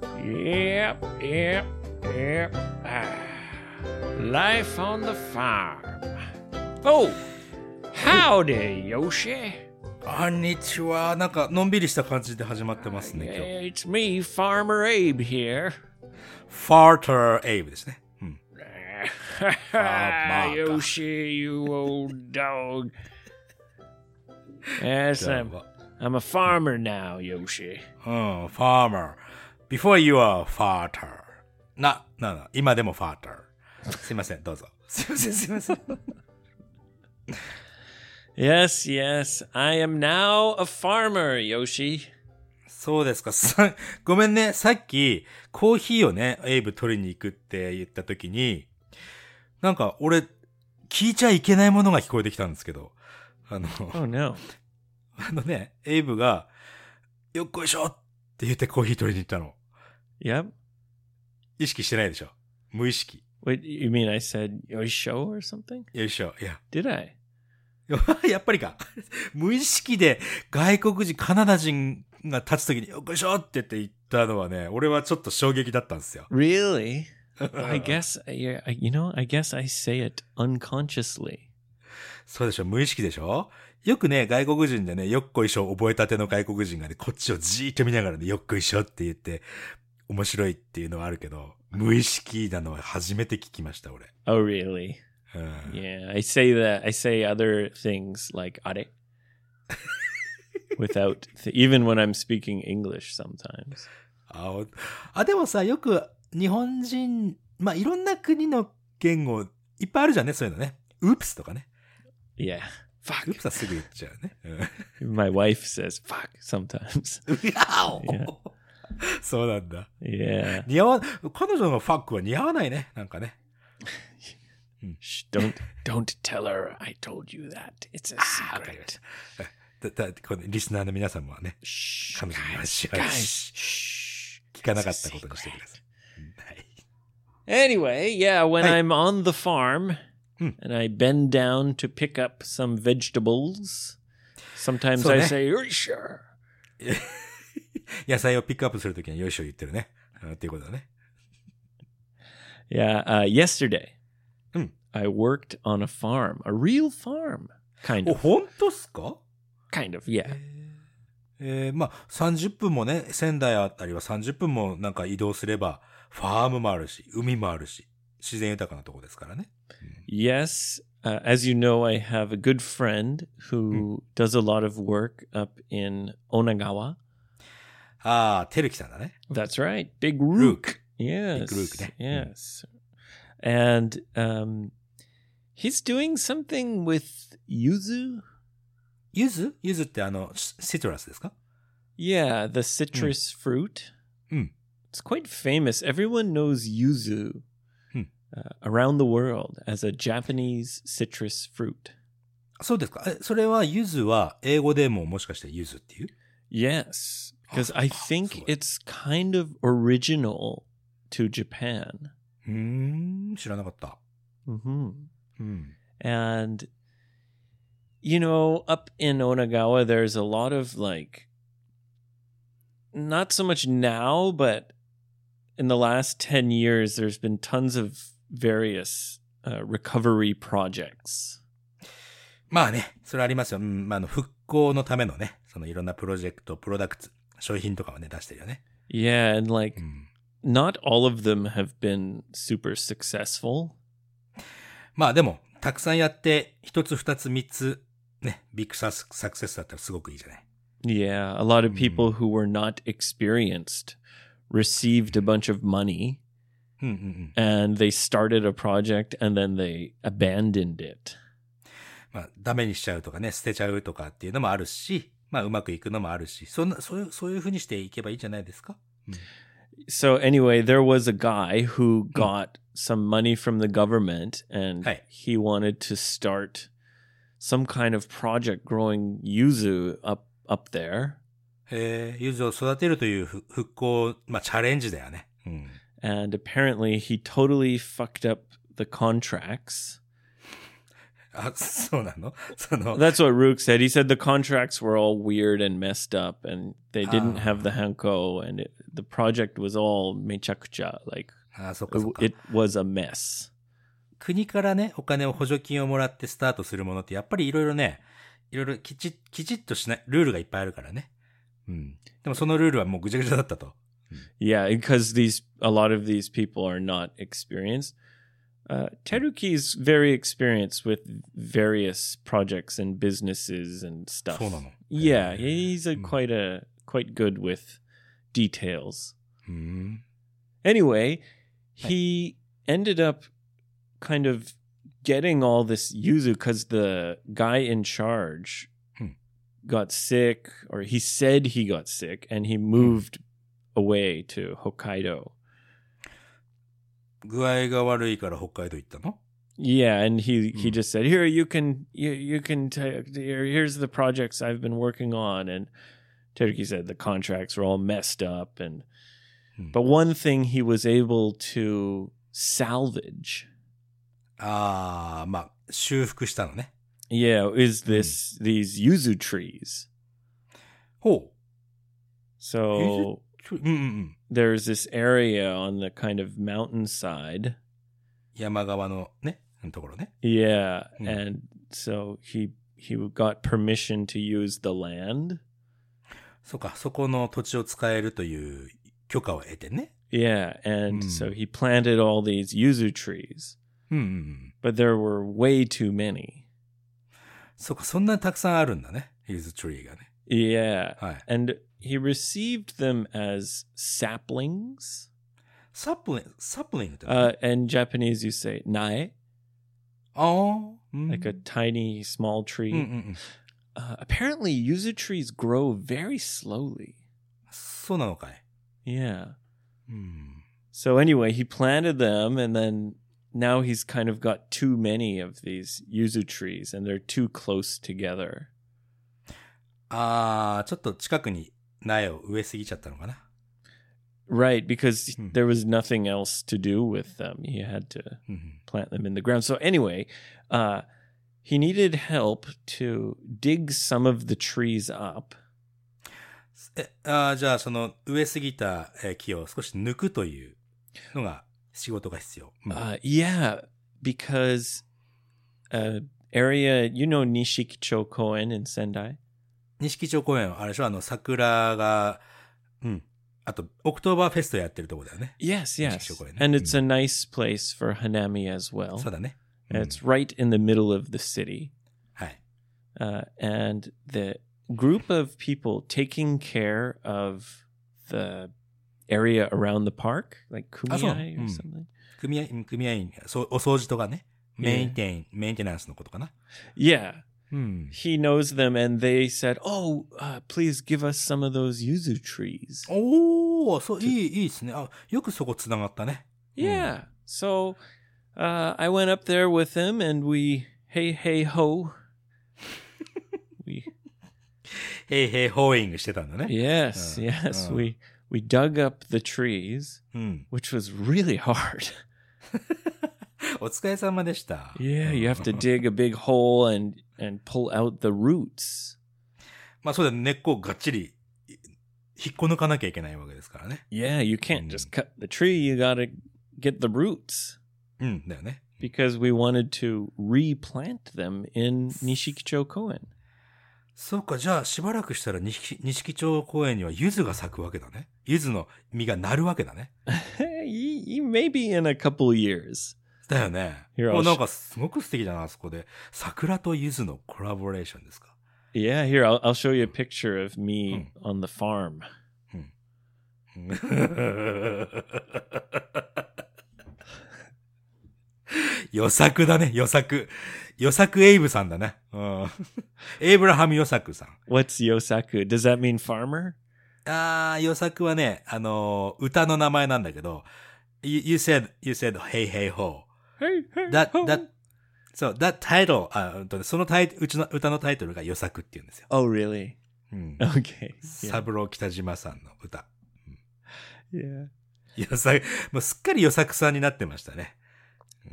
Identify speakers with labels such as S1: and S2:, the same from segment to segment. S1: Yep, yep, yep. Ah, Life on the farm. Oh, howdy, Yoshi.
S2: こんにちは。なんか、のんびりした感じで始まってますね、今日。
S1: Yeah, Eh, It's me, Farmer Abe here.
S2: ファーターエイブですね。うん。
S1: Ah, Yoshi, you old dog. Yes,
S2: じゃあ
S1: I'm, I'm a farmer now, Yoshi.
S2: うん、ファーマー。before you are ファーター。な、な、な、今でもファーター。すいません、どうぞ。すいません、すいません。
S1: Yes, yes, I am now a farmer, Yoshi.
S2: そうですか。さごめんね。さっき、コーヒーをね、エイブ取りに行くって言った時に、なんか俺、聞いちゃいけないものが聞こえてきたんですけど、あの、
S1: Oh no.
S2: あのね、エイブが、よっこいしょって言ってコーヒー取りに行ったの。
S1: Yep.
S2: 意識してないでしょ。無意識。
S1: Wait, you mean I said Yoisho or something?
S2: よいしょ。いや。
S1: Did I?
S2: やっぱりか。 無意識で外国人、カナダ人が立つ時によっこいしょって言って行ったのはね、俺はちょっと衝撃だったんですよ。
S1: Really? I guess uh, yeah, I- you know. I guess I say it unconsciously.
S2: そうでしょ無意識でしょよくね、外国人でね、よっこいしょ覚えたての外国人がね、こっちをじーっと見ながらね、よっこいしょって言って、面白いっていうのはあるけど、無意識なのは初めて聞きました、俺。
S1: Oh, really?
S2: うん
S1: Yeah, I say that. I say other things like "are" without th- even when I'm speaking English. Sometimes.
S2: あおあ、でもさ、よく日本人、まあ、いろんな国の言語、いっぱいあるじゃんね、そういうのね。ウープスとかね。
S1: Yeah.
S2: ウ
S1: Fuck.
S2: ープスはすぐ言っちゃうね。うん
S1: My wife says "fuck" sometimes.
S2: うやおそうなんだ。
S1: Yeah.
S2: 似合わ、彼女のファックは似合わないね、なんかね。
S1: Shh, don't don't tell her I told you that. It's a secret.
S2: だだこのリスナーの皆さんもね、
S1: Shh,
S2: 彼女には
S1: guys,
S2: しばらく
S1: guys. Shh.
S2: 聞かなかったことにしてください。はい、
S1: Anyway, yeah, when
S2: Hey.
S1: I'm on the farm
S2: Hmm.
S1: and I bend down to pick up some vegetables, sometimes
S2: So
S1: I
S2: ne-
S1: say, "Ursher."
S2: 野菜をピックアップするときによいしょ言ってるね。あっていうことだね。
S1: Yeah, uh, yesterday
S2: Hmm.
S1: I worked on a farm, a real farm, kind
S2: お、
S1: of,
S2: 本当っすか
S1: kind of,
S2: Hmm.
S1: yeah.
S2: えー、まあ、30分もね、仙台あたりは30分もなんか移動すれば、ファームもあるし、海もあるし、自然豊かなとこですからね。
S1: Yes, uh, as you know, I have a good friend who
S2: Hmm.
S1: does a lot of work up in Onagawa.
S2: ああ、てるきさんだね。
S1: That's right, Big Rook. Yes.
S2: Luke, yeah. Mm.
S1: Yes. And um, he's doing something with yuzu.
S2: ゆずゆずってあの、シシトラスですか
S1: Yeah, the citrus
S2: Hmm.
S1: fruit.
S2: Mm.
S1: It's quite famous. Everyone knows yuzu
S2: Mm.
S1: uh, around the world as a Japanese citrus fruit.
S2: そうですかえ、それはゆずは英語でももしかしてゆずっていう
S1: Yes, because I think
S2: Oh, Excellent.
S1: it's kind of original to Japan.
S2: うーん、知らなかった。
S1: hmm
S2: うん。
S1: And you know, up in Onagawa there's a lot of like not so much now, but in the last 10 years there's been tons of various uh, recovery projects.
S2: まあね、それありますよ。うん、まあ、あの、復興のためのね、そのいろんなプロジェクト、プロダクツ、商品とかはね、出してるよね。
S1: Yeah, and like
S2: うん。
S1: not all of them have been super successful.
S2: まあでも、たくさんやって、一つ、二つ、三つ、ね、ビッグサスサクセスだったらすごくいいじゃない。
S1: Yeah, a lot of people who were not experienced received a bunch of money
S2: うんうんうん。
S1: and they started a project and then they abandoned it.
S2: まあ、ダメにしちゃうとかね、捨てちゃうとかっていうのもあるし、まあ、うまくいくのもあるし、そんな、そういう、そういうふうにしていけばいいんじゃないですか
S1: So anyway, there was a guy who got some money from the government and
S2: Hmm. Hey.
S1: he wanted to start some kind of project growing yuzu up up there.
S2: えー、ゆずを育てるというふ復興、まあ、チャレンジだよね。うん。
S1: And apparently he totally fucked up the contracts
S2: あ、そうなのその、
S1: That's what Rook said. He said the contracts were all weird and messed up, and they didn't
S2: Ah.
S1: have the hanko, and it, the project was all mechakucha. Like
S2: あ、そっかそっ
S1: it,
S2: か。
S1: it was a mess.
S2: 国からね、お金を補助金をもらってスタートするものって、やっぱりいろいろね、いろいろきち、きちっとしない、ルールがいっぱいあるからね。うん。でもそのルールはもうぐちゃぐちゃだったと。
S1: Yeah, because these a lot of these people are not experienced. Uh, Teruki's very experienced with various projects and businesses and stuff.
S2: そうなの。
S1: Yeah,
S2: へー
S1: he's a
S2: うん
S1: quite a quite good with details.
S2: うん。
S1: Anyway,
S2: Right.
S1: he ended up kind of getting all this yuzu because the guy in charge
S2: Hmm.
S1: got sick, or he said he got sick, and he moved away to Hokkaido.
S2: 具合が悪いから北海道行ったの
S1: Yeah, and he he
S2: Hmm.
S1: just said, "Here you can you you can ta- here here's the projects I've been working on." And Teruki said the contracts were all messed up, and
S2: Hmm.
S1: but one thing he was able to salvage.
S2: ああ、まあ、修復したのね。
S1: Yeah, is
S2: Hmm.
S1: this these yuzu trees?
S2: ほ
S1: So
S2: う。ちょうんうんうん。
S1: there's this area on the kind of mountainside.
S2: 山側のね、ところね。
S1: Yeah,
S2: Hmm.
S1: and so he he got permission to use the land.
S2: そっか、そこの土地を使えるという許可を得てね。
S1: Yeah, and
S2: Hmm.
S1: so he planted all these yuzu trees,
S2: うんうんうん。
S1: but there were way too many.
S2: そっか、そんなにたくさんあるんだね。ヒーズトリーがね。
S1: Yeah,
S2: はい。
S1: and he received them as saplings.
S2: サプリン、サプリングって何
S1: Uh, in Japanese, you say nae,
S2: ああ、うん、
S1: like a tiny small
S2: う
S1: tree.
S2: んうんうん。
S1: Uh, apparently, yuzu trees grow very slowly.
S2: そうなのかい。
S1: Yeah.
S2: うん。
S1: So anyway, he planted them, and then now he's kind of got too many of these yuzu trees, and they're too close together.
S2: ああ、ちょっと近くに苗を植えすぎちゃったのかな。
S1: Right, because
S2: Hmm.
S1: there was nothing else to do with them. He had to
S2: うんうん。
S1: plant them in the ground. So anyway, uh, he needed help to dig some of the trees up.
S2: え、あーじゃあその植えすぎたえー木を少し抜くというのが仕事が必要。うん、
S1: Uh, yeah, because uh, area you know Nishikicho Koen in Sendai.
S2: 錦町公園はあれでしょあの桜が、うん。あと、オクトーバーフェストやってるとこだよね。
S1: Yes, yes,
S2: Nishikicho-koen,
S1: and it's
S2: mm.
S1: a nice place for hanami as well.
S2: そうだね。うん
S1: And It's right in the middle of the city.
S2: はい。
S1: uh, and the group of people taking care of the area around the park, like
S2: Ah, so,
S1: Kumiai or
S2: mm.
S1: something.
S2: 組合員、組合員、そうお掃除とかね。メンテン、メンテナンスのことかな。
S1: Yeah,
S2: うん。
S1: he knows them, and they said, "Oh, uh, please give us some of those yuzu trees."
S2: Oh. おー、そう、いい、いいですね。あ、よくそこ繋がったね。
S1: Yeah, so uh, I went up there with him, and we hey hey ho. we
S2: へいへいホーイングしてたんだね。
S1: yes
S2: Uh,
S1: yes
S2: uh.
S1: we we dug up the trees,
S2: うん。
S1: which was really hard.
S2: お疲れ様でした。
S1: Yeah, you have to dig a big hole and and pull out the roots.
S2: まあそうだね。根っこをがっちりい引っこ抜かなきゃいけないわけですからね。
S1: Yeah, you can't just cut the tree. You got to get the roots
S2: うん、だよね。
S1: because we wanted to replant them in Nishikicho Koen.
S2: そうか、じゃあしばらくしたら錦錦町公園には柚子が咲くわけだね。柚子の実がなるわけだね。
S1: Y- y- Maybe in a couple years.
S2: だよね。
S1: いや
S2: もうなんかすごく素敵だな、あそこで。桜と柚子のコラボレーションですか。
S1: Yeah, here I'll, I'll show you a picture of me on the farm.
S2: うん 予作だね、予作。予作エイブさんだね。うん。エイブラハム予作さん。
S1: What's yosaku? Does that mean farmer?
S2: あー、予作はね、あのー歌の名前なんだけど、You, you said, you said, hey, hey, ho.
S1: Hey, hey,
S2: That,
S1: ho.
S2: that, そう、that title, あうんとそのタイうちの歌のタイトルが予作って言うんですよ。
S1: Oh, really?
S2: うん。
S1: Okay.
S2: サ
S1: Yeah.
S2: ブロー北島さんの歌。
S1: yeah.
S2: 予作、もうすっかり予作さんになってましたね。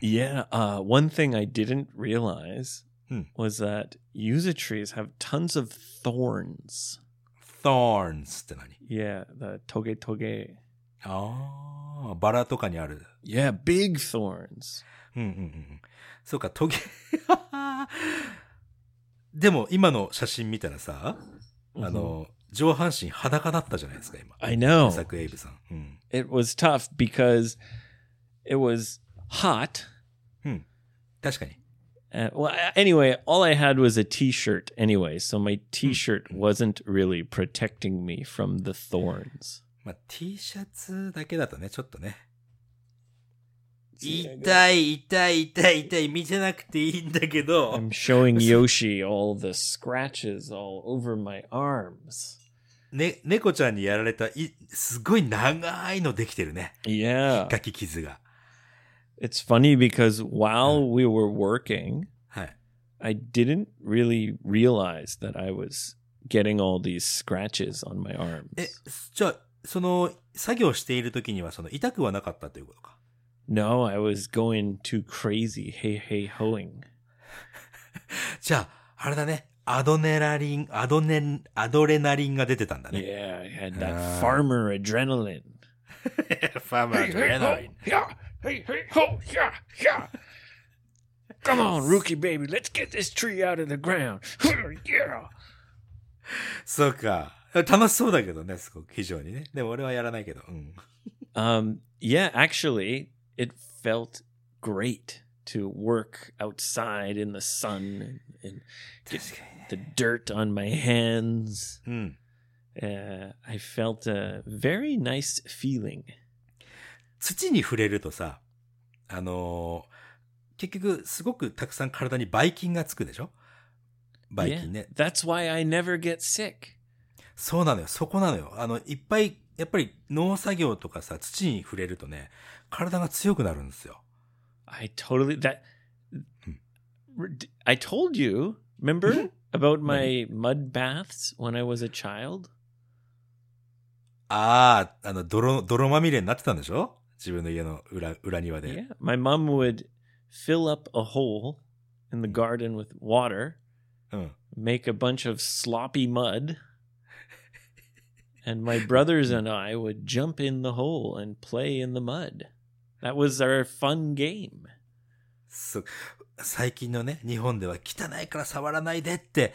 S1: Yeah. Uh, one thing I didn't realize
S2: Hmm.
S1: was that yuzu trees have tons of thorns.
S2: thorns って何
S1: Yeah, the toge toge.
S2: ああ、バラとかにある。
S1: Yeah, big thorns.
S2: うんうんうんうん。そうか、トゲ。 でも今の写真見たらさ、あ
S1: Mhm.
S2: の、上半身裸だったじゃないですか、今。
S1: I know.
S2: ザックエイブさん。うん。
S1: It was tough because it was hot.
S2: 確かに。
S1: Uh, well, a- anyway, all I had was a T-shirt anyway, so my T-shirt wasn't really protecting me from the thorns.
S2: まあ、T シャツだけだとね、ちょっとね。
S1: See, I got-
S2: い、痛い、痛い、痛い、見せなくていいんだけ ど
S1: I'm showing Yoshi all the scratches all over my arms.
S2: ね、猫ちゃんにやられた、い、すごい長いのできてるね。
S1: Yeah.
S2: ガキ傷が。
S1: It's funny because while we were working,
S2: はい。
S1: I didn't really realize that I was getting all these scratches on my arms.
S2: え、じゃあ、その、作業している時には、その、痛くはなかったということか。
S1: No, I was going too crazy. Hey, hey, hoing.
S2: じゃあ、あれだね。アドネラリン、アドネ、アドレナリンが出てたんだね。
S1: Yeah, I had that
S2: Ah.
S1: farmer adrenaline.
S2: ファーマーアドレナリン。
S1: yeah. Hey, hey, ho, yeah, yeah. Come on, rookie baby, let's get this tree out of the ground. yeah.
S2: そうか。楽しそうだけどね、すごく、非常にね。でも俺はやらないけど。うん。
S1: Um, yeah, actually, it felt great to work outside in the sun and, and
S2: 確かにね。
S1: the dirt on my hands.
S2: うん。
S1: Uh, I felt a very nice feeling.
S2: 土に触れるとさ、あのー結局、すごくたくさん体にばい菌がつくでしょばい
S1: Yeah,
S2: 菌ね。
S1: That's why I never get sick.
S2: そうなのよ、そこなのよ。あの、いっぱい、やっぱり農作業とかさ、土に触れるとね、体が強くなるんですよ。
S1: I totally that. I told you, remember about my mud baths when I was a child?
S2: ああ、あの、泥、泥まみれになってたんでしょ自分の家の裏、裏庭で。
S1: Yeah, my mom would fill up a hole in the garden with water,
S2: うん。
S1: make a bunch of sloppy mud, and my brothers and I would jump in the hole and play in the mud. That was our fun game.
S2: そ最近のね、日本では汚いから触らないでって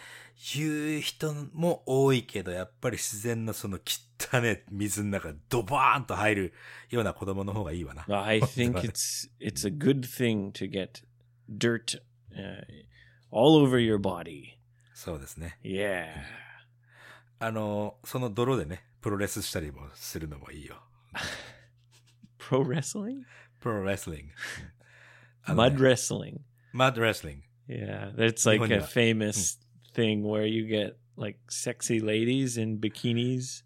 S2: 言う人も多いけど、やっぱり自然のその汚ね水の中ドバーンと入るような子供の方がいいわな。
S1: I think
S2: Right.
S1: it's it's a good thing to get dirt uh, all over your body.
S2: そうですね。
S1: Yeah.
S2: あの、その泥でね、プロレスしたりもするのもいいよ。
S1: Pro wrestling?
S2: プロレスリング。
S1: Mud
S2: レ
S1: wrestling.
S2: マッドレスリング。
S1: Yeah, that's like a
S2: Nihonya.
S1: famous thing where you get like sexy ladies in bikinis.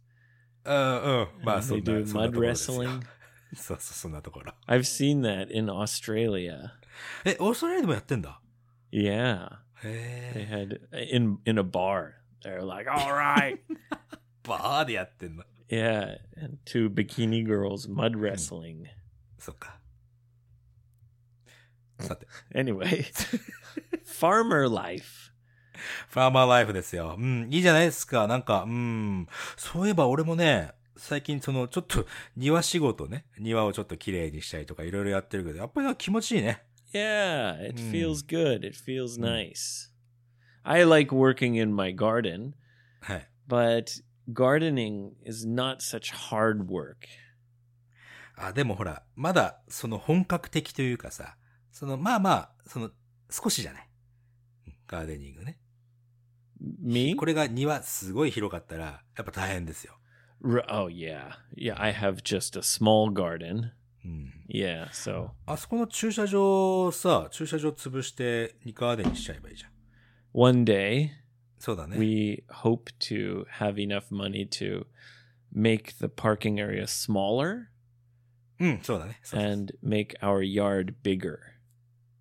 S2: うんうん。まあ
S1: and
S2: そ
S1: they
S2: んな
S1: do
S2: そんな
S1: mud
S2: ところですよ
S1: wrestling.
S2: そうそう、そんなところ。
S1: I've seen that in Australia.
S2: え、オーストラリアでもやってんだ。
S1: Yeah,
S2: へ
S1: they。
S2: え
S1: had in in a bar. They're like, all right,
S2: バーでやってんの。
S1: yeah, and two bikini girls mud wrestling.
S2: そっか。さて、
S1: Anyway, farmer life.
S2: ファーマーライフですよ。うん、いいじゃないですか。なんか、うん。そういえば俺もね、最近その、ちょっと、庭仕事ね。庭をちょっと綺麗にしたりとかいろいろやってるけど、やっぱりなんか気持ちいいね。
S1: Yeah, it
S2: Hmm.
S1: feels good. It feels
S2: Hmm.
S1: nice. I like working in my garden,
S2: はい。
S1: but gardening is not such hard work.
S2: あ、でもほら、まだ、その本格的というかさ、その、まあまあ、その、少しじゃない。ガーデニングね。
S1: Me?
S2: これが庭すごい広かったら、やっぱ大変ですよ。
S1: R- oh yeah. Yeah, I have just a small garden.
S2: うん。
S1: Yeah, so
S2: あそこの駐車場さ、駐車場潰して、にガーデンにしちゃえばいいじゃん。
S1: one day
S2: そうだね。
S1: we hope to have enough money to make the parking area smaller
S2: うん、そうだね。そうそう
S1: and make our yard bigger.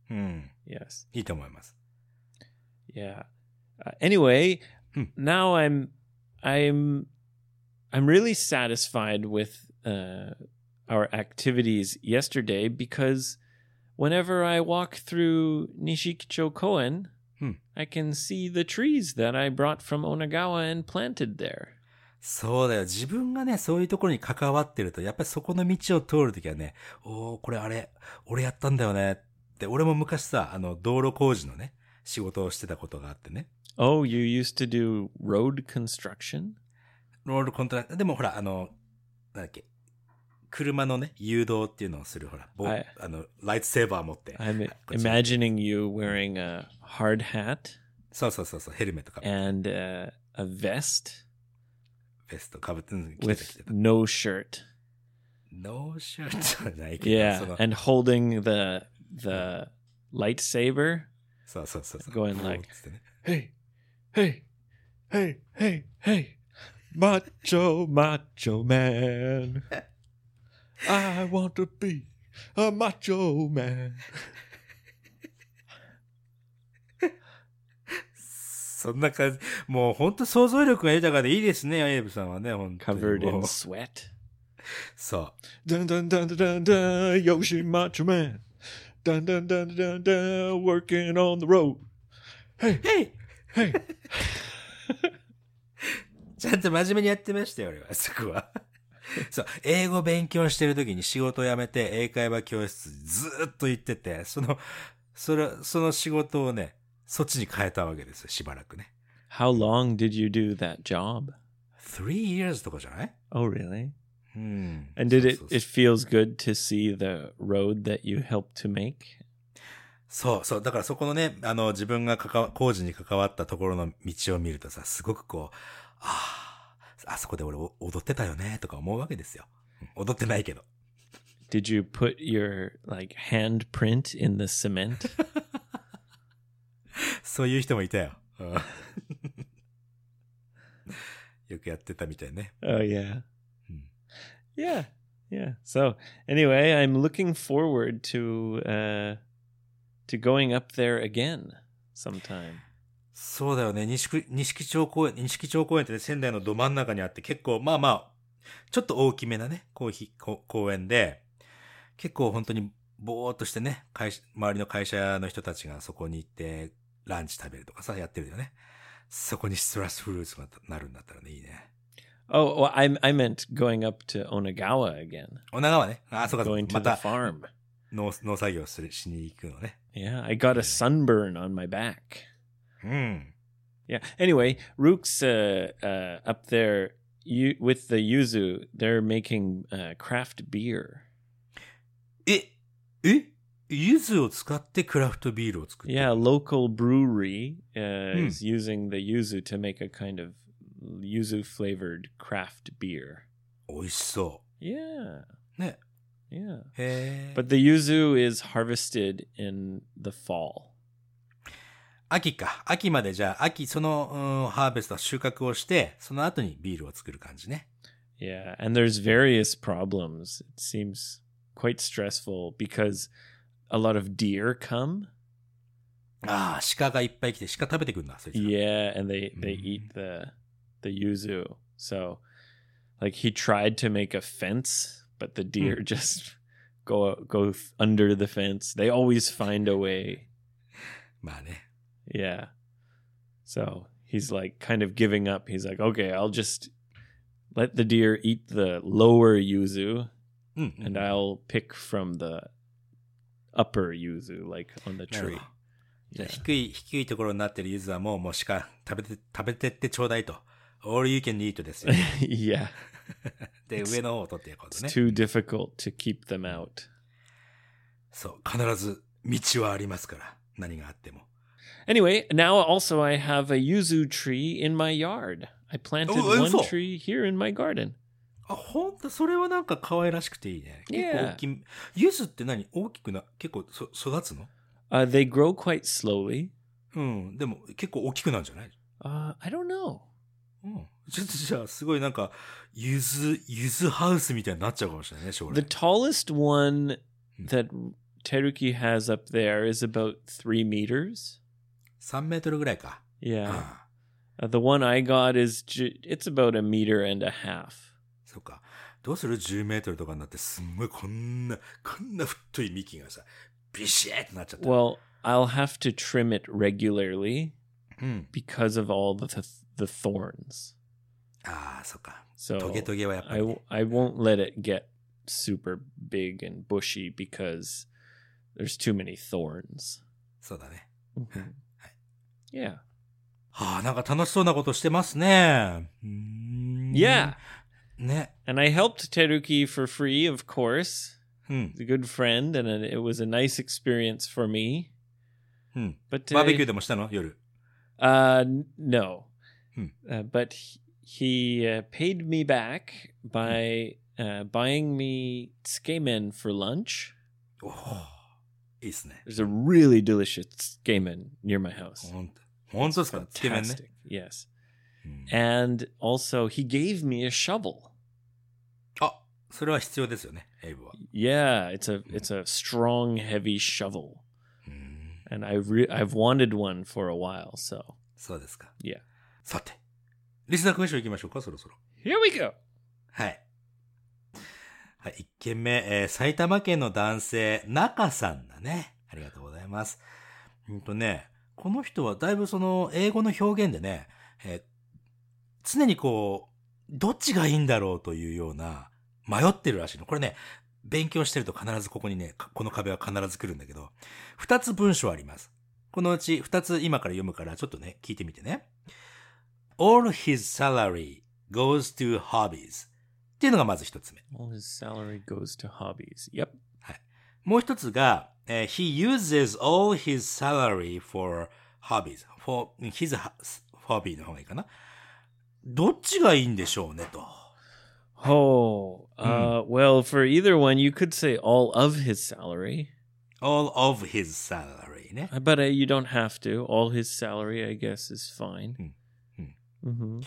S2: うん、
S1: Yes.
S2: いいと思います。
S1: Yeah. Uh, anyway,
S2: Hmm.
S1: now I'm I'm I'm really satisfied with uh, our activities yesterday because whenever I walk through Nishikicho Koen,
S2: Hmm.
S1: I can see the trees that I brought from Onagawa and planted there.
S2: そうだよ。自分がね、そういうところに関わってると、やっぱりそこの道を通るときはね、おー、これあれ、俺やったんだよねって、俺も昔さ、あの、道路工事のね、仕事をしてたことがあってね。
S1: Oh, you used to do road construction?
S2: ロールコントラクター、でもほら、あの、なんだっけ、車のね、誘導っていうのをする、ほら、ぼ
S1: はい
S2: あの、ライトセーバー持って、
S1: I'm
S2: こっち
S1: imagining you wearing a hard hat
S2: そうそうそうそう、ヘルメットかぶって、
S1: and uh, a vest
S2: ベストかぶって、うん、着てた着
S1: with
S2: てた。
S1: no shirt.
S2: ノーシャツじゃないけど、そ
S1: Yeah,
S2: の、
S1: and holding the the lightsaber.
S2: そうそうそうそう。
S1: going
S2: こう
S1: like-
S2: つってね
S1: Hey, hey, hey, hey, hey, macho, macho man. I want to be a macho man.
S2: そんな感じ。もう本当想像力が豊かでいいですね、エイブさんはね、本当に
S1: Covered
S2: も
S1: in
S2: う
S1: sweat.
S2: そう。
S1: Dun dun dun dun dun dun, Yoshi Macho Man. Dun dun dun dun dun, working on the road. Hey,
S2: へい
S1: hey.
S2: ちゃんと真面目にやってましたよ、俺は、そこは。そう、英語勉強してる時に仕事を辞めて英会話教室ずーっと行ってて、その、それ、その仕事をね、そっちに変えたわけですよ、しばらくね。
S1: How long did you do that job?
S2: three years とかじゃない
S1: Oh, really?
S2: うん。
S1: And did it
S2: そうそうそ
S1: it
S2: う
S1: feels good to see the road that you helped to make?
S2: そうそう。だからそこのね、あの、自分が関わ、工事に関わったところの道を見るとさ、すごくこう、ああ、あそこで俺お踊ってたよね、とか思うわけですよ。うん踊ってないけど。
S1: Did you put your like handprint in the cement?
S2: そういう人もいたよ。うん よくやってたみたいね。
S1: oh yeah.
S2: Hmm.
S1: Yeah. Yeah. So anyway, I'm looking forward to uh to going up there again sometime.
S2: そうだよね。西区、西木町公園、西木町公園ってね、仙台のど真ん中にあって、結構、まあまあ、ちょっと大きめなね、コーヒーこ公園で、結構本当にぼーっとしてね、会社周りの会社の人たちがそこに行って、ランチ食べるとかさ、やってるよね。そこにストラスフルーツがなるんだったらね、いいね。
S1: Oh, well, I I meant going up to Onagawa again.
S2: 女川ね。あ、そうかそう
S1: Going
S2: か、
S1: to
S2: ま
S1: the
S2: た
S1: farm.
S2: 農、農作業する、しに行くのね。
S1: Yeah, I got a sunburn on my back.
S2: うん。
S1: Yeah. Anyway, Rook's uh, uh, up there you, with the yuzu. They're making uh, craft beer.
S2: え、え柚子を使ってクラフトビールを作ってる
S1: Yeah, a local brewery uh,
S2: Hmm.
S1: is using the yuzu to make a kind of yuzu flavored craft beer.
S2: 美味しそ
S1: Yeah,
S2: う。ね。
S1: yeah.
S2: へえ。
S1: But the yuzu is harvested in the fall.
S2: 秋か。秋までじゃあ、秋、その、うんハーベスト、収穫をして、その後にビールを作る感じね。
S1: Yeah, and there's various problems. It seems quite stressful because a lot of deer come.
S2: ああ、鹿がいっぱい来て、鹿食べてくんだ、そいつら。
S1: Yeah, and they they
S2: Mm.
S1: eat the the yuzu. So like he tried to make a fence, but the deer just go go th- under the fence. They always find a way.
S2: まあね。
S1: Yeah. So he's like kind of giving up. He's like, "Okay, I'll just let the deer eat the lower yuzu
S2: うん、うん
S1: and I'll pick from the upper yuzu like on the
S2: なるほ
S1: tree."
S2: どじゃ
S1: Yeah.
S2: あ低い、低いところになってる柚子はもう、もう鹿、食べて、食べてってちょうだいと。all you can eat ですよ。
S1: yeah.
S2: で、上の方を取っていこうと
S1: It's
S2: ね。
S1: too difficult to keep them out.
S2: そう、必ず、道はありますから。何があっても。
S1: Anyway, now also I have a yuzu tree in my yard. I planted
S2: Oh,
S1: one
S2: info.
S1: tree here in my garden.
S2: あ、ほんと、それはなんか可愛らしくていいね。結
S1: Yeah.
S2: 構大きい。ユズって何大きくな、結構そ育つの
S1: Uh, they grow quite slowly.
S2: うん。でも結構大きくなんじゃない
S1: Uh, I don't know.
S2: うん。ちょっとじゃあ、すごいなんか、ゆず、ゆずハウスみたいになっちゃうかもしれないね、将
S1: The
S2: 来。
S1: tallest one
S2: Hmm.
S1: that Teruki has up there is about three meters.
S2: 3メートルぐらいか。う
S1: Yeah.
S2: ん
S1: Uh, the one I got is ju- it's about a meter and a half.
S2: そうか。どうする ?10 メートルとかになって、すんごいこんな、こんな太い幹がさ、ビシーってなっちゃった。
S1: Well, I'll have to trim it regularly
S2: うん。
S1: because of all the th- the thorns.
S2: ああ、そっか。
S1: So
S2: トゲトゲはやっぱ
S1: I
S2: り、ね
S1: w-。I won't let it get super big and bushy because there's too many thorns.
S2: そうだね。
S1: Yeah.
S2: はあ、なんか楽しそうなことしてますね。うーん
S1: Yeah.
S2: ね。
S1: And I helped Teruki for free, of course.
S2: うん。
S1: He's a good friend, and it was a nice experience for me.
S2: Hmm.
S1: But
S2: バーベキュー
S1: today-
S2: でもしたの夜。
S1: uh, n- no.
S2: Hmm.
S1: Uh, but he, he uh, paid me back by uh, buying me tsukemen for lunch.
S2: おお。いいっすね。
S1: There's a really delicious tsukemen near my house.
S2: ほんと。ほんとですかつけ麺ね。
S1: Fantastic. Yes.
S2: うん、
S1: And also, he gave me a shovel.
S2: あ、それは必要ですよね、エイブは。
S1: Yeah, it's a it's a strong, heavy shovel,
S2: うん。
S1: and I re- I've wanted one for a while. So
S2: そうですか。
S1: Yeah.
S2: さて、リスナー勲章行きましょうか、そろそろ。
S1: here we go.
S2: はい。はい、1件目、えー埼玉県の男性、中さんだね。ありがとうございます。うんとね、この人はだいぶその英語の表現でね、えー常にこう、どっちがいいんだろうというような、迷ってるらしいの。これね、勉強してると必ずここにね、かこの壁は必ず来るんだけど、二つ文章あります。このうち二つ今から読むから、ちょっとね、聞いてみてね。All his salary goes to hobbies っていうのがまず一つ目。
S1: All his salary goes to hobbies. Yep.
S2: もう一つが、えー he uses all his salary for hobbies. for his ho- hobby の方がいいかな。どっちがいいんでしょうねと。
S1: Oh, uh, well, for either one, you could say all of his salary,
S2: all of his salary ね。
S1: but uh, you don't have to. All his salary, I guess, is fine.
S2: Hmm.
S1: Mm-hmm.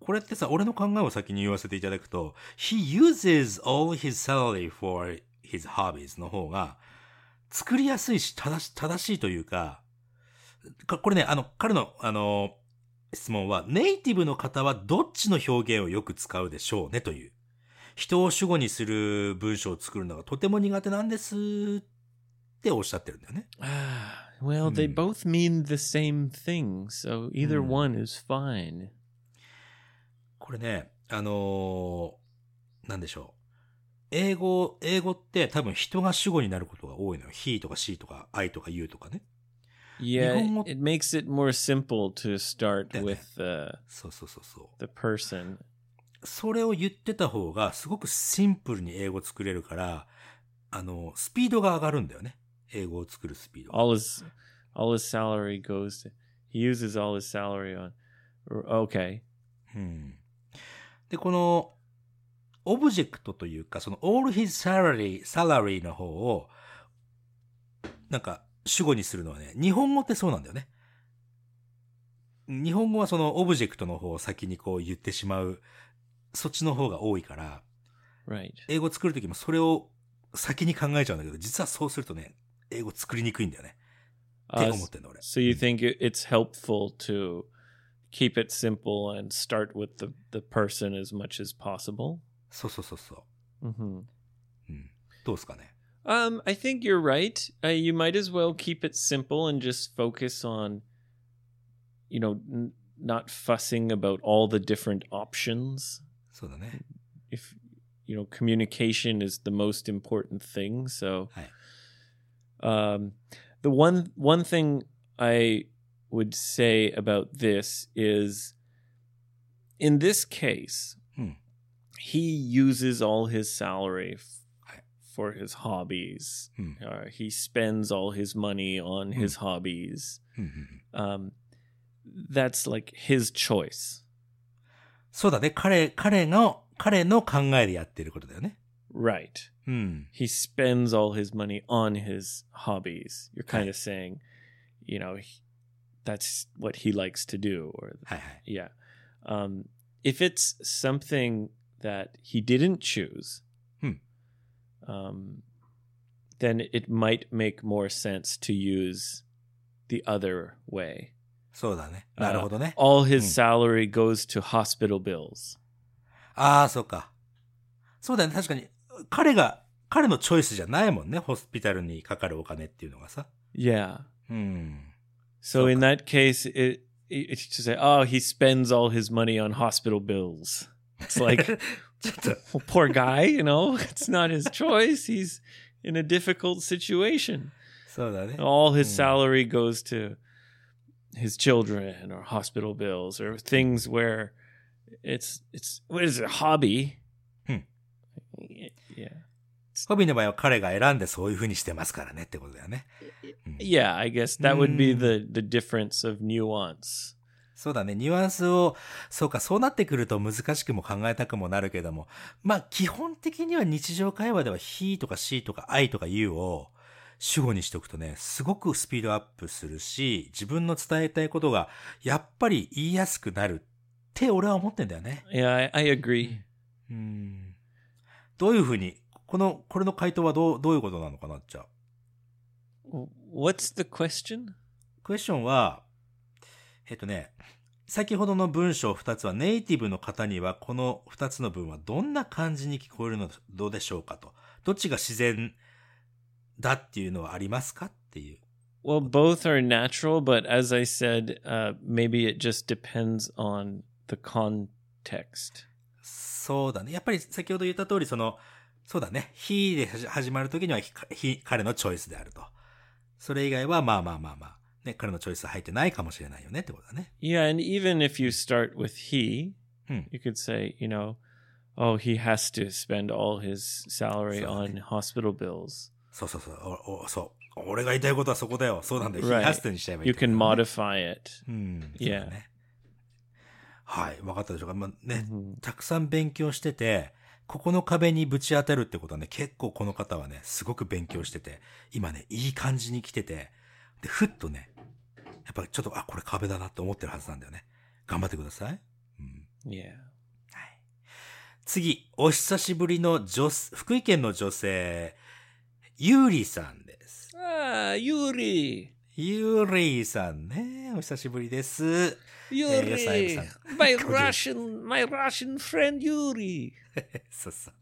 S2: これってさ、俺の考えを先に言わせていただくと、he uses all his salary for his hobbies の方が、作りやすいし、正し、正しいというか、かこれね、あの、彼の、あの、質問は、ネイティブの方はどっちの表現をよく使うでしょうねという。人を主語にする文章を作るのがとても苦手なんですっておっしゃってるんだよね。
S1: Ah, well, they
S2: Hmm.
S1: both mean the same thing, so either
S2: Hmm.
S1: one is fine.
S2: これね、あのーなんでしょう。英語、英語って多分人が主語になることが多いのよ。he とか she とか I とか you とかね。
S1: Yeah,
S2: Nihongo-
S1: it, it makes it more simple to start
S2: Yeah.
S1: with uh,
S2: そうそうそうそう。
S1: the person.
S2: それを言ってた方がすごくシンプルに英語作れるから、あの、スピードが上がるんだよね。英語を作るスピードが。
S1: All his all his salary goes to he uses all his salary on. r- Okay,
S2: うん。で、この、オブジェクトというか、その all his salary, salary の方を、なんか、主語にするのはね、日本語ってそうなんだよね。日本語はそのオブジェクトの方を先にこう言ってしまう、そっちの方が多いから、
S1: right.
S2: 英語作るときもそれを先に考えちゃうんだけど、実はそうするとね、英語作りにくいんだよね。って
S1: Uh,
S2: 思ってんの俺。
S1: so you think it- it's helpful to keep it simple and start with the the person as much as possible?
S2: そうそうそうそ
S1: hmm
S2: う。うん。どうですかね。
S1: Um, I think you're right. Uh, you might as well keep it simple and just focus on, you know, n- not fussing about all the different options.
S2: そうだね。
S1: If you know, communication is the most important thing. So,
S2: Hi.
S1: um, the one one thing I would say about this is, in this case,
S2: Hmm.
S1: he uses all his salary f-
S2: Hi.
S1: for his hobbies.
S2: うん。
S1: Uh, he spends all his money on his hobbies.
S2: うんうんうん。
S1: Um, that's like his choice,
S2: そうだね。彼、彼の、彼の考えでやってることだよね。
S1: right?
S2: うん。
S1: He spends all his money on his hobbies. You're kind of saying, you know, he, that's what he likes to do, or
S2: はいはい。
S1: yeah. Um, if it's something that he didn't choose,
S2: Hmm.
S1: um, then it might make more sense to use the other way.
S2: そうだね。
S1: あ
S2: なるほどね。
S1: all his
S2: Mm.
S1: salary goes to hospital bills.
S2: ああ、そうか。そうだね。確かに、彼が、彼のチョイスじゃないもんね。ホスピタルにかかるお金っていうのがさ。
S1: Yeah.
S2: うん。
S1: So in that case, it, it it's to say, oh, he spends all his money on hospital bills. It's like,
S2: ちょっと、
S1: well, poor guy, you know, it's not his choice. He's in a difficult situation.
S2: そうだね。
S1: All his
S2: Hmm.
S1: salary goes to his children or hospital bills or things where it's it's what is it, a hobby?
S2: Hmm.
S1: Yeah.
S2: ホビーの場合は彼が選んでそういう風にしてますからねってことだよね。うん
S1: Yeah, I guess that would be
S2: Mm.
S1: the the difference of nuance.
S2: そうだね。ニュアンスを、そうか、そうなってくると難しくも考えたくもなるけども、まあ基本的には日常会話では he とか she とか I とか you を主語にしておくとね、すごくスピードアップするし、自分の伝えたいことがやっぱり言いやすくなるって俺は思ってんだよね。
S1: Yeah, I, I agree.
S2: うん。どういうふうに、この、これの回答はどう、どういうことなのかなじゃあ。
S1: What's the question?
S2: クエスチョンは、えっとね、先ほどの文章2つはネイティブの方にはこの2つの文はどんな感じに聞こえるのどうでしょうかと。どっちが自然だっていうのはありますかっていう。
S1: Well, both are natural, but as I said, uh, maybe it just depends on the context.
S2: そうだね。やっぱり先ほど言った通り、その、そうだね。he で始始まるときには he、彼のチョイスであると。それ以外は、まあまあまあまあ。ね、彼のチョイスは入ってないかもしれないよねってことだね。
S1: Yeah, and even if you start with he,
S2: Hmm.
S1: you could say, you know, oh, he has to spend all his salary
S2: So-
S1: on hospital bills.
S2: そうそうそう。おおそう。俺が言いたいことはそこだよ。そうなんだよ。
S1: Right.
S2: he has to にしちゃえばいい
S1: You
S2: ってことだ
S1: can
S2: ね
S1: modify it.
S2: うん。
S1: Yeah.
S2: そうだね。はい。わかったでしょうか。まあね、
S1: Mhm.
S2: たくさん勉強してて、ここの壁にぶち当たるってことはね、結構この方はね、すごく勉強してて、今ね、いい感じに来てて、で、ふっとね、やっぱりちょっと、あ、これ壁だなって思ってるはずなんだよね。頑張ってください。うん。
S1: Yeah.
S2: はい。次、お久しぶりの女す、福井県の女性、ゆうりさんです。
S1: Ah, Yuri.
S2: ゆうりさんね、お久しぶりです。yes, I
S1: Yuri.
S2: understand.
S1: My
S2: Could you-
S1: Russian my Russian friend Yuri.
S2: そうそう。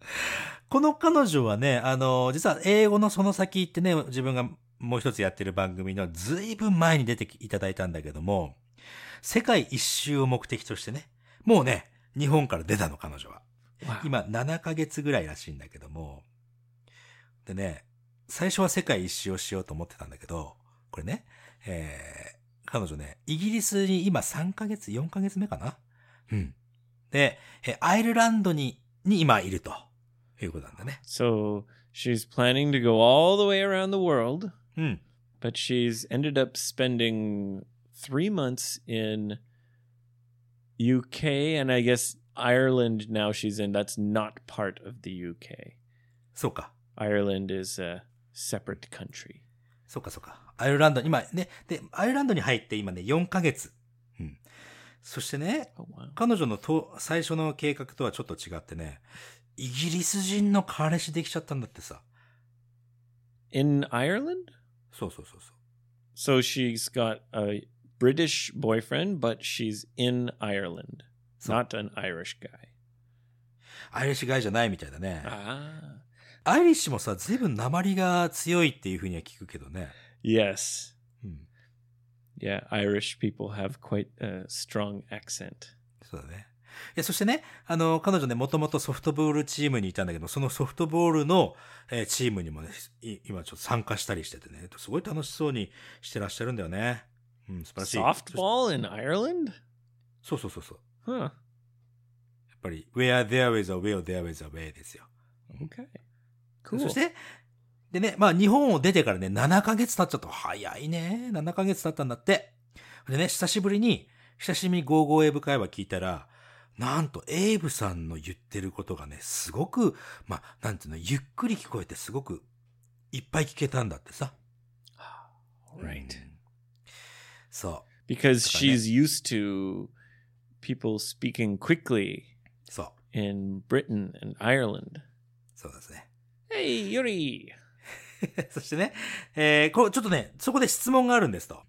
S2: この彼女はね、あの、実は英語のその先ってね、自分がもう一つやってる番組のずいぶん前に出ていただいたんだけども、世界一周を目的としてね、もうね、日本から出たの、彼女は。
S1: Wow.
S2: 今、7ヶ月ぐらいらしいんだけども、でね、最初は世界一周をしようと思ってたんだけど、これね、えー、彼女ね、イギリスに今3ヶ月、4ヶ月目かなうん。で、えーアイルランドに、に今いると、いうことなんだね。
S1: So she's planning to go all the way around the world,
S2: うん。
S1: but she's ended up spending three months in UK and I guess Ireland now she's in. That's not part of the UK.
S2: そうか。
S1: Ireland is a separate country.
S2: そうかそうか。アイルランド、今ね、で、アイルランドに入って今ね、4ヶ月。うん。そしてね、
S1: Oh wow.
S2: 彼女のと最初の計画とはちょっと違ってね、イギリス人の彼氏できちゃったんだってさ。
S1: In Ireland?
S2: そうそうそうそう。
S1: So she's got a British boyfriend, but she's in Ireland.
S2: So-
S1: not an Irish guy.
S2: アイリッシュガイじゃないみたいだね。
S1: Ah.
S2: アイリッシュもさ、随分鉛が強いっていうふうには聞くけどね。
S1: Yes.
S2: うん。
S1: Yeah, Irish people have quite a strong accent.
S2: そうだね。え、そしてね、あの、彼女ね、もともとソフトボールチームにいたんだけど、そのソフトボールの、えーチームにもね、い今ちょっと参加したりしててね、すごい楽しそうにしてらっしゃるんだよね。うん、素晴らしい。
S1: Softball in Ireland?
S2: そうそうそうそう。
S1: Huh.
S2: やっぱり、where there is a will, there is a way ですよ。
S1: Okay. Cool.
S2: そして、でね、まあ日本を出てからね、7ヶ月経っちゃった。早いね。7ヶ月経ったんだって。でね、久しぶりに、久しぶりに55英語会話聞いたら、なんとエイブさんの言ってることがね、すごく、まあ、なんていうの、ゆっくり聞こえてすごくいっぱい聞けたんだってさ。
S1: All right.
S2: うんそ
S1: Because
S2: Got it.
S1: she's used to people speaking quickly
S2: う、そう、
S1: in Britain and Ireland.
S2: そうですね。
S1: Hey, Yuri.
S2: そしてね、えーこう、ちょっとね、そこで質問があるんですと。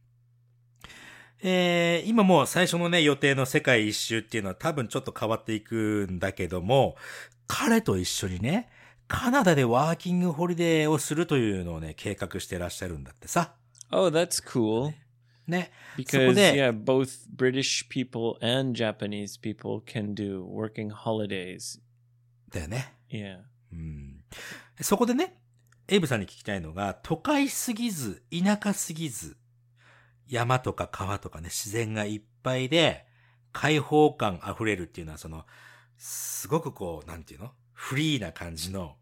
S2: えー今もう最初のね、予定の世界一周っていうのは多分ちょっと変わっていくんだけども、彼と一緒にね、カナダでワーキングホリデーをするというのをね、計画してらっしゃるんだってさ。
S1: Oh, that's cool.
S2: ね。
S1: Because
S2: そこで-
S1: yeah, both British people and Japanese people can do working holidays.
S2: だよね。
S1: Yeah.
S2: うん。そこでね、エイブさんに聞きたいのが、都会すぎず、田舎すぎず、山とか川とかね、自然がいっぱいで、開放感あふれるっていうのは、その、すごくこう、なんていうのフリーな感じの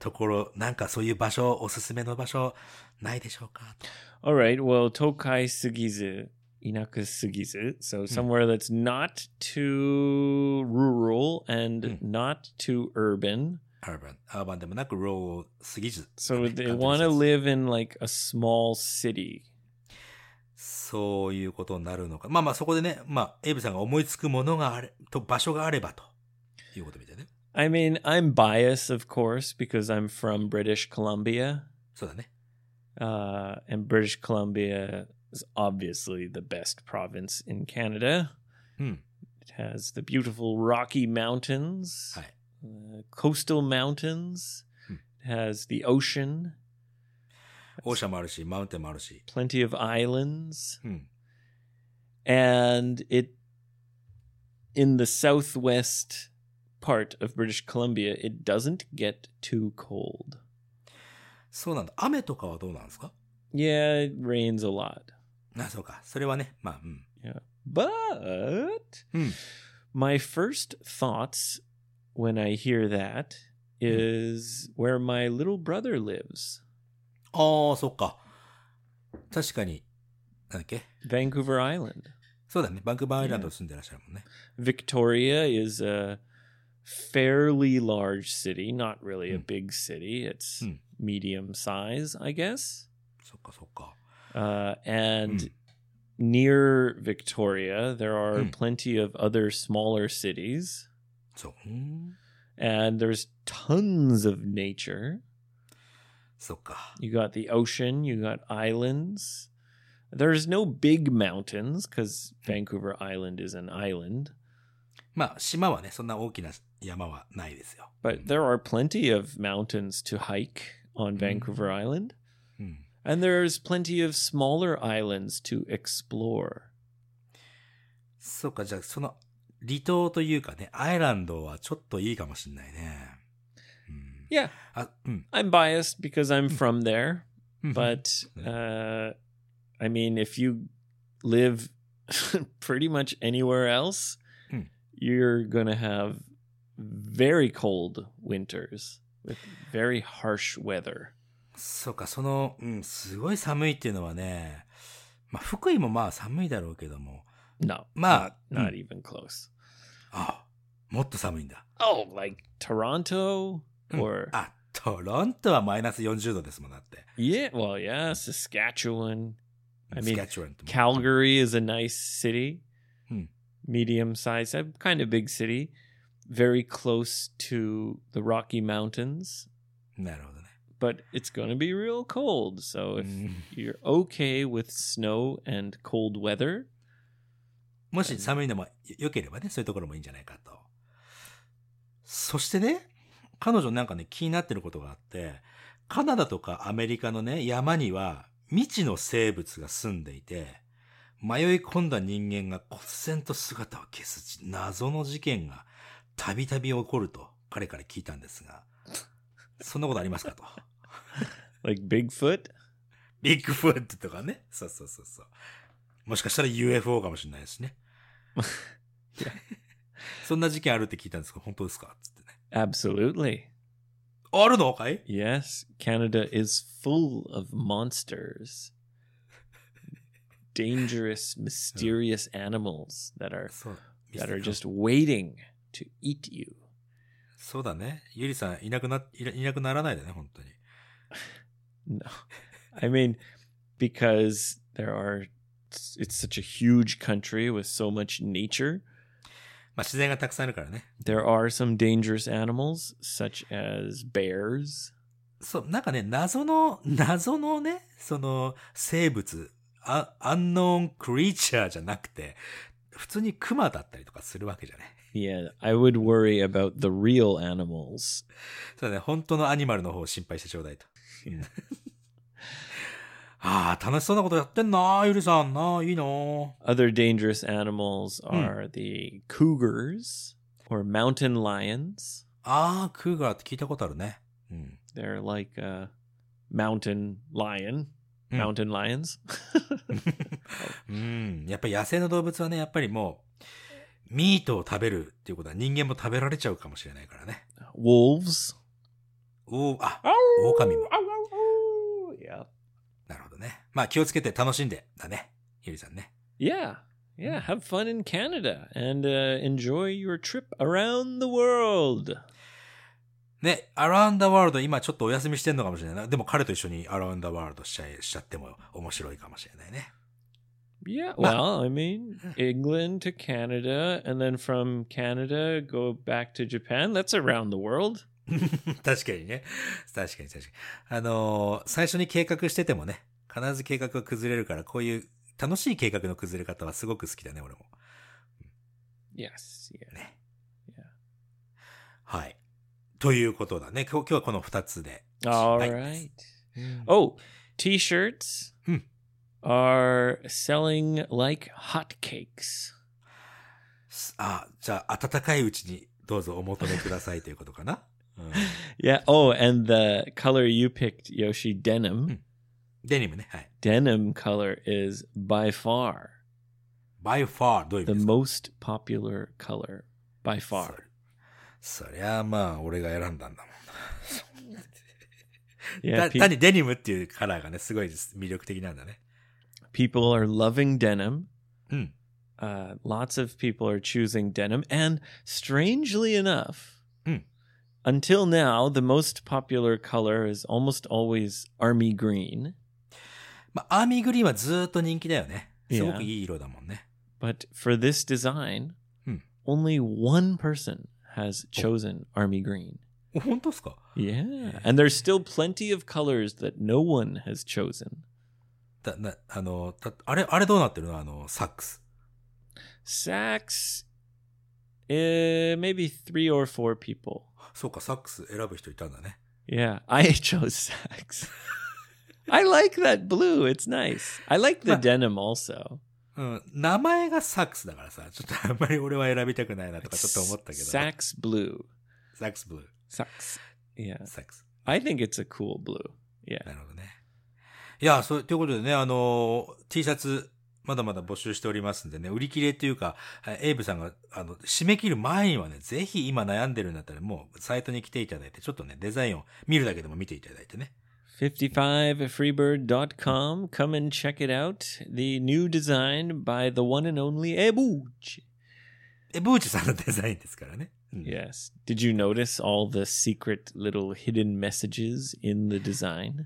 S2: ところ、なんかそういう場所、おすすめの場所、ないでしょうかと
S1: All right. Well, Tokai Sugizu, Inaka Sugizu. So somewhere that's not too rural and
S2: Mm.
S1: not too urban.
S2: アーバン、アーバンでもなく、ローすぎず。
S1: So
S2: ね
S1: they want to
S2: 簡単に
S1: live in like a small city.
S2: そういうことになるのか。まあまあそこでね、まあ、エイブさんが思いつくものがあれ、と場所があればということみたいね。
S1: I mean, I'm biased, of course, because I'm from British Columbia.
S2: そうだね。
S1: Uh, and British Columbia is obviously the best province in Canada.
S2: Hmm.
S1: It has the beautiful Rocky Mountains,
S2: はい。
S1: uh, coastal mountains,
S2: Hmm.
S1: it has the ocean,
S2: オーシャンもあるし、マウンテンもあるし。
S1: plenty of islands,
S2: うん。
S1: and it in the southwest part of British Columbia, it doesn't get too cold.
S2: そうなんだ。雨とかはどうなんですか
S1: Yeah, it rains a lot.
S2: あ、そうか。それはね、まあ、うん。
S1: But
S2: Hmm.
S1: my first thoughts when I hear that
S2: Hmm.
S1: is where my little brother lives,
S2: ああ、そっか。確かに、なんだっけ
S1: Vancouver Island.
S2: そうだね。バンクーバーアイランド住んでらっしゃるもんね。
S1: Victoria is a fairly large city, not really a
S2: Hmm.
S1: big city. It's
S2: Hmm.
S1: medium size, I guess.
S2: そっか、そっか。
S1: Uh, and
S2: Hmm.
S1: near Victoria, there are
S2: Hmm.
S1: plenty of other smaller cities,
S2: そう。うん。
S1: and there's tons of nature.
S2: そっか。
S1: You got the ocean, you got islands. There's no big mountains because Vancouver Island is an island,
S2: まあ、島はね、そんな大きな山はないですよ。
S1: but there are plenty of mountains to hike on
S2: Mhm.
S1: Vancouver Island.
S2: うん。
S1: And there's plenty of smaller islands to explore.
S2: そうか、じゃあ、その、離島というかね、アイランドはちょっといいかもしんないね。うん。
S1: Yeah,
S2: あ、うん。
S1: I'm biased because I'm from there,
S2: うん
S1: but uh, I mean, if you live pretty much anywhere else,
S2: Mm.
S1: you're going to have very cold winters with very harsh weather.
S2: そうか、その、うん、すごい寒いっていうのはね、まあ、福井もまあ寒いだろうけども、
S1: No,
S2: Ma-
S1: not, not
S2: mm.
S1: even close.
S2: あもっと寒いんだ。
S1: Oh, like Toronto
S2: Mm.
S1: or
S2: あ、トロントはマイナス40度ですもんだって。
S1: yeah, well, yeah, Saskatchewan. I mean,
S2: スカチュワンっても
S1: Calgary is a nice city,
S2: Hmm.
S1: medium sized, uh, kind of big city, very close to the Rocky Mountains,
S2: なるほどね。
S1: but it's going to be real cold. So if
S2: うん
S1: you're okay with snow and cold weather,
S2: もし寒いのも良ければね、そういうところもいいんじゃないかと。そしてね、彼女なんかね、気になってることがあって、カナダとかアメリカのね、山には未知の生物が住んでいて、迷い込んだ人間が忽然と姿を消す謎の事件がたびたび起こると彼から聞いたんですが、そんなことありますかと。
S1: like Bigfoot,
S2: ビッグフットとかね。そうそうそうそう。もしかしたら UFO かもしれないで すね。そんな事件あるって聞いたんですけど、本当ですかつってね。
S1: absolutely.
S2: あるのかい
S1: Yes, Canada is full of monsters. Dangerous, mysterious animals that are
S2: そう。
S1: that are just waiting to eat you.
S2: そうだね。ゆりさんいなくな、いないなくならないでね、本当に。
S1: No. I mean, because there are, it's such a huge country with so much nature.
S2: まあ自然がたくさんあるからね。
S1: There are some dangerous animals, such as bears.
S2: そう、なんかね、謎の、謎のね、その、生物、あ、アンノーンクリーチャーじゃなくて、普通にクマだったりとかするわけじゃない。
S1: Yeah, I would worry about the real animals.
S2: そうだね、本当のアニマルの方を心配してちょうだいと。ああ、楽しそうなことやってんな、ゆりさんな、いいな。
S1: Other dangerous animals are the cougars or mountain lions.
S2: ああ、クーガーって聞いたことあるね。うん。
S1: They're like a mountain lion.
S2: Mm.
S1: Mountain lions.
S2: うん。やっぱり野生の動物はね、やっぱりもう、ミートを食べるっていうことは人間も食べられちゃうかもしれないからね。
S1: Wolves.
S2: おーあ、狼も
S1: Oh, yeah.
S2: なるほどね。まあ気をつけて楽しんで、だね。ゆりさんね。
S1: Yeah. Yeah. Have fun in Canada and uh, enjoy your trip around the world.
S2: ね、アラウンダワールド今ちょっとお休みしてんのかもしれないな。でも彼と一緒にアラウンダワールドしちゃいしちゃっても面白いかもしれないね。
S1: Yeah.
S2: Ma-
S1: Well, I mean, England to Canada and then from Canada go back to Japan. That's around the world.
S2: 確かにね。確かに確かに。あのー最初に計画しててもね、必ず計画が崩れるから、こういう楽しい計画の崩れ方はすごく好きだね、俺も。
S1: Yes. Yeah.
S2: はい。ということだね。今日今日はこの二つで。
S1: All
S2: はい
S1: right. Oh,
S2: お
S1: t shirts
S2: Hmm.
S1: are selling like hotcakes.
S2: すあ、じゃあ、暖かいうちにどうぞお求めくださいということかな。うん、
S1: Yeah. Oh, and the color you picked, Yoshi, denim.
S2: Hmm. デニムね。はい。
S1: Denim color is by far
S2: by far どういう意
S1: the
S2: 味ですか
S1: most popular color. By far.
S2: そそりゃあまあ、俺が選んだんだもん。
S1: Yeah.
S2: だ
S1: pe-
S2: 単にデニムっていうカラーがね、すごい魅力的なんだね。
S1: people are loving denim.
S2: Hmm.
S1: Uh, lots of people are choosing denim, and strangely enough,
S2: Hmm.
S1: until now, the most popular color is almost always army green.
S2: まあ、アーミーグリーンはずーっと人気だよね。
S1: いや
S2: すごくいい色だもんね。
S1: But for this design,
S2: Hmm. Oh.
S1: only one person has chosen army green.
S2: お本当ですか
S1: Yeah. And there's still plenty of colors that no one has chosen.
S2: だなあのたあれ、あれどうなってるのあの、サックス。
S1: Sax, eh, maybe three or four people.
S2: そうか、サックス選ぶ人いたんだね。
S1: Yeah, I chose sax. I like that blue. It's nice. I like the
S2: Ma-
S1: denim also.
S2: うん、名前がサックスだからさ、ちょっとあんまり俺は選びたくないなとか
S1: It's
S2: ちょっと思ったけど。
S1: Sax blue.
S2: サックスブル
S1: Sax. Yeah.
S2: ー。サックス。
S1: I think it's a cool blue. Yeah.
S2: なるほどね。いや、そう、ということでね、あの、T シャツ、まだまだ募集しておりますんでね、売り切れというか、えエイブさんが、あの、締め切る前にはね、ぜひ今悩んでるんだったら、もう、サイトに来ていただいて、ちょっとね、デザインを見るだけでも見ていただいてね。
S1: 55freebird.com. Come and check it out. The new design by the one and only Ebuj.
S2: え、ブーチさんのデザインですからね。うん
S1: Yes. Did you notice all the secret little hidden messages in the design?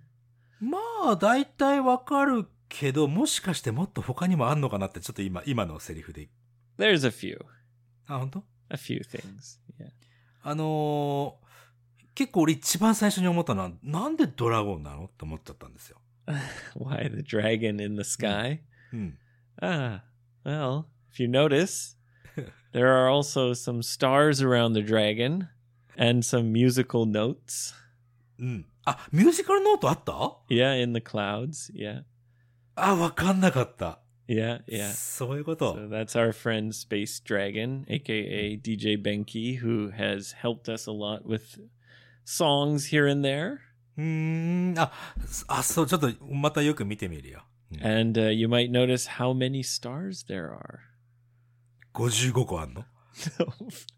S2: まあ、大体わかるけど、もしかしてもっと他にもあんのかなって、ちょっと今、今のセリフで。
S1: There's a few.
S2: あ、本当？
S1: A few things. Yeah.
S2: あのー結構俺一番最初に思ったのは、なんでドラゴンなのって思っちゃったんですよ。
S1: Why the dragon in the sky?
S2: うん。
S1: Ah, well, if you notice, there are also some stars around the dragon and some musical notes.
S2: うん。あ、ミュージカルノートあった
S1: Yeah, in the clouds. Yeah.
S2: あ、わかんなかった。
S1: Yeah, yeah.
S2: そういうこ
S1: So
S2: と。
S1: that's our friend Space Dragon, aka DJ Benki, who has helped us a lot with songs here and there.
S2: うーん。あ、あ、そう、ちょっとまたよく見てみるよ。うん、
S1: And uh, you might notice how many stars there are.
S2: 55個あんの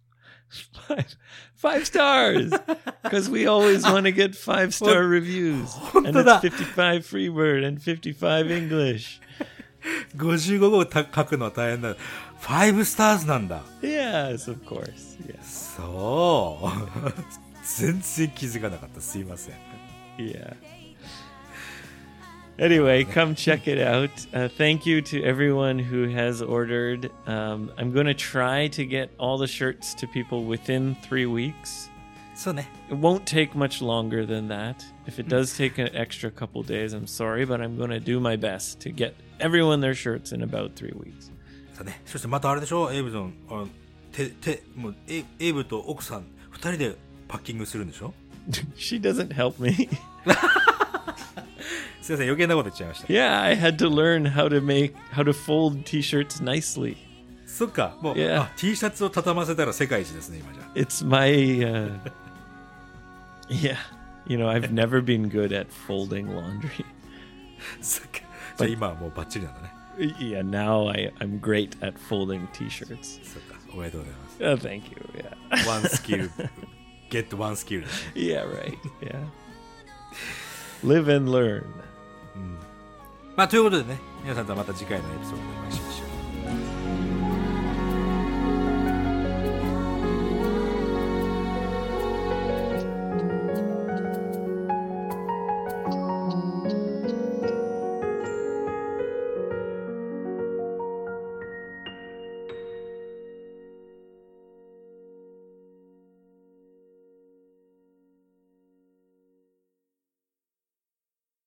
S1: five, five stars because we always want to get five star reviews and it's 55 freebird and 55 english
S2: ?55 個た書くのは大変だ。5スターズなんだ。
S1: yes of course yes
S2: そう。 全然気づかなかった。すいません。
S1: yeah anyway come check it out uh, thank you to everyone who has ordered um, i'm going to try to get all the shirts to people within three weeks
S2: そうね。
S1: it won't take much longer than that. If it does take an extra couple days, I'm sorry, but I'm going to do my best to get everyone their shirts in about three weeks.
S2: そうね。そしてまたあれでしょエイブさん。あのて、て、もうエイ、エイブと奥さん、二人でパッキングするんでしょ
S1: she doesn't help me.
S2: すいません、余計なこと言っちゃいまし た。
S1: Yeah, I had to learn how to make how to fold t-shirts nicely.
S2: そっか、もう、
S1: Yeah.
S2: あ T シャツを畳ませたら世界一ですね、今じゃ。
S1: It's my uh Yeah, you know, I've never been good at folding laundry.
S2: そっか。じゃあ今はもうバッチリなんだね。
S1: Yeah, now I I'm great at folding t-shirts.
S2: そっか、おめでとうございます。
S1: Oh, thank you. Yeah.
S2: ワンスキル、ゲットワンスキル。
S1: yeah, right. Yeah. Live and learn.
S2: まあ、ということでね、皆さんとはまた次回のエピソードでお会いしましょう。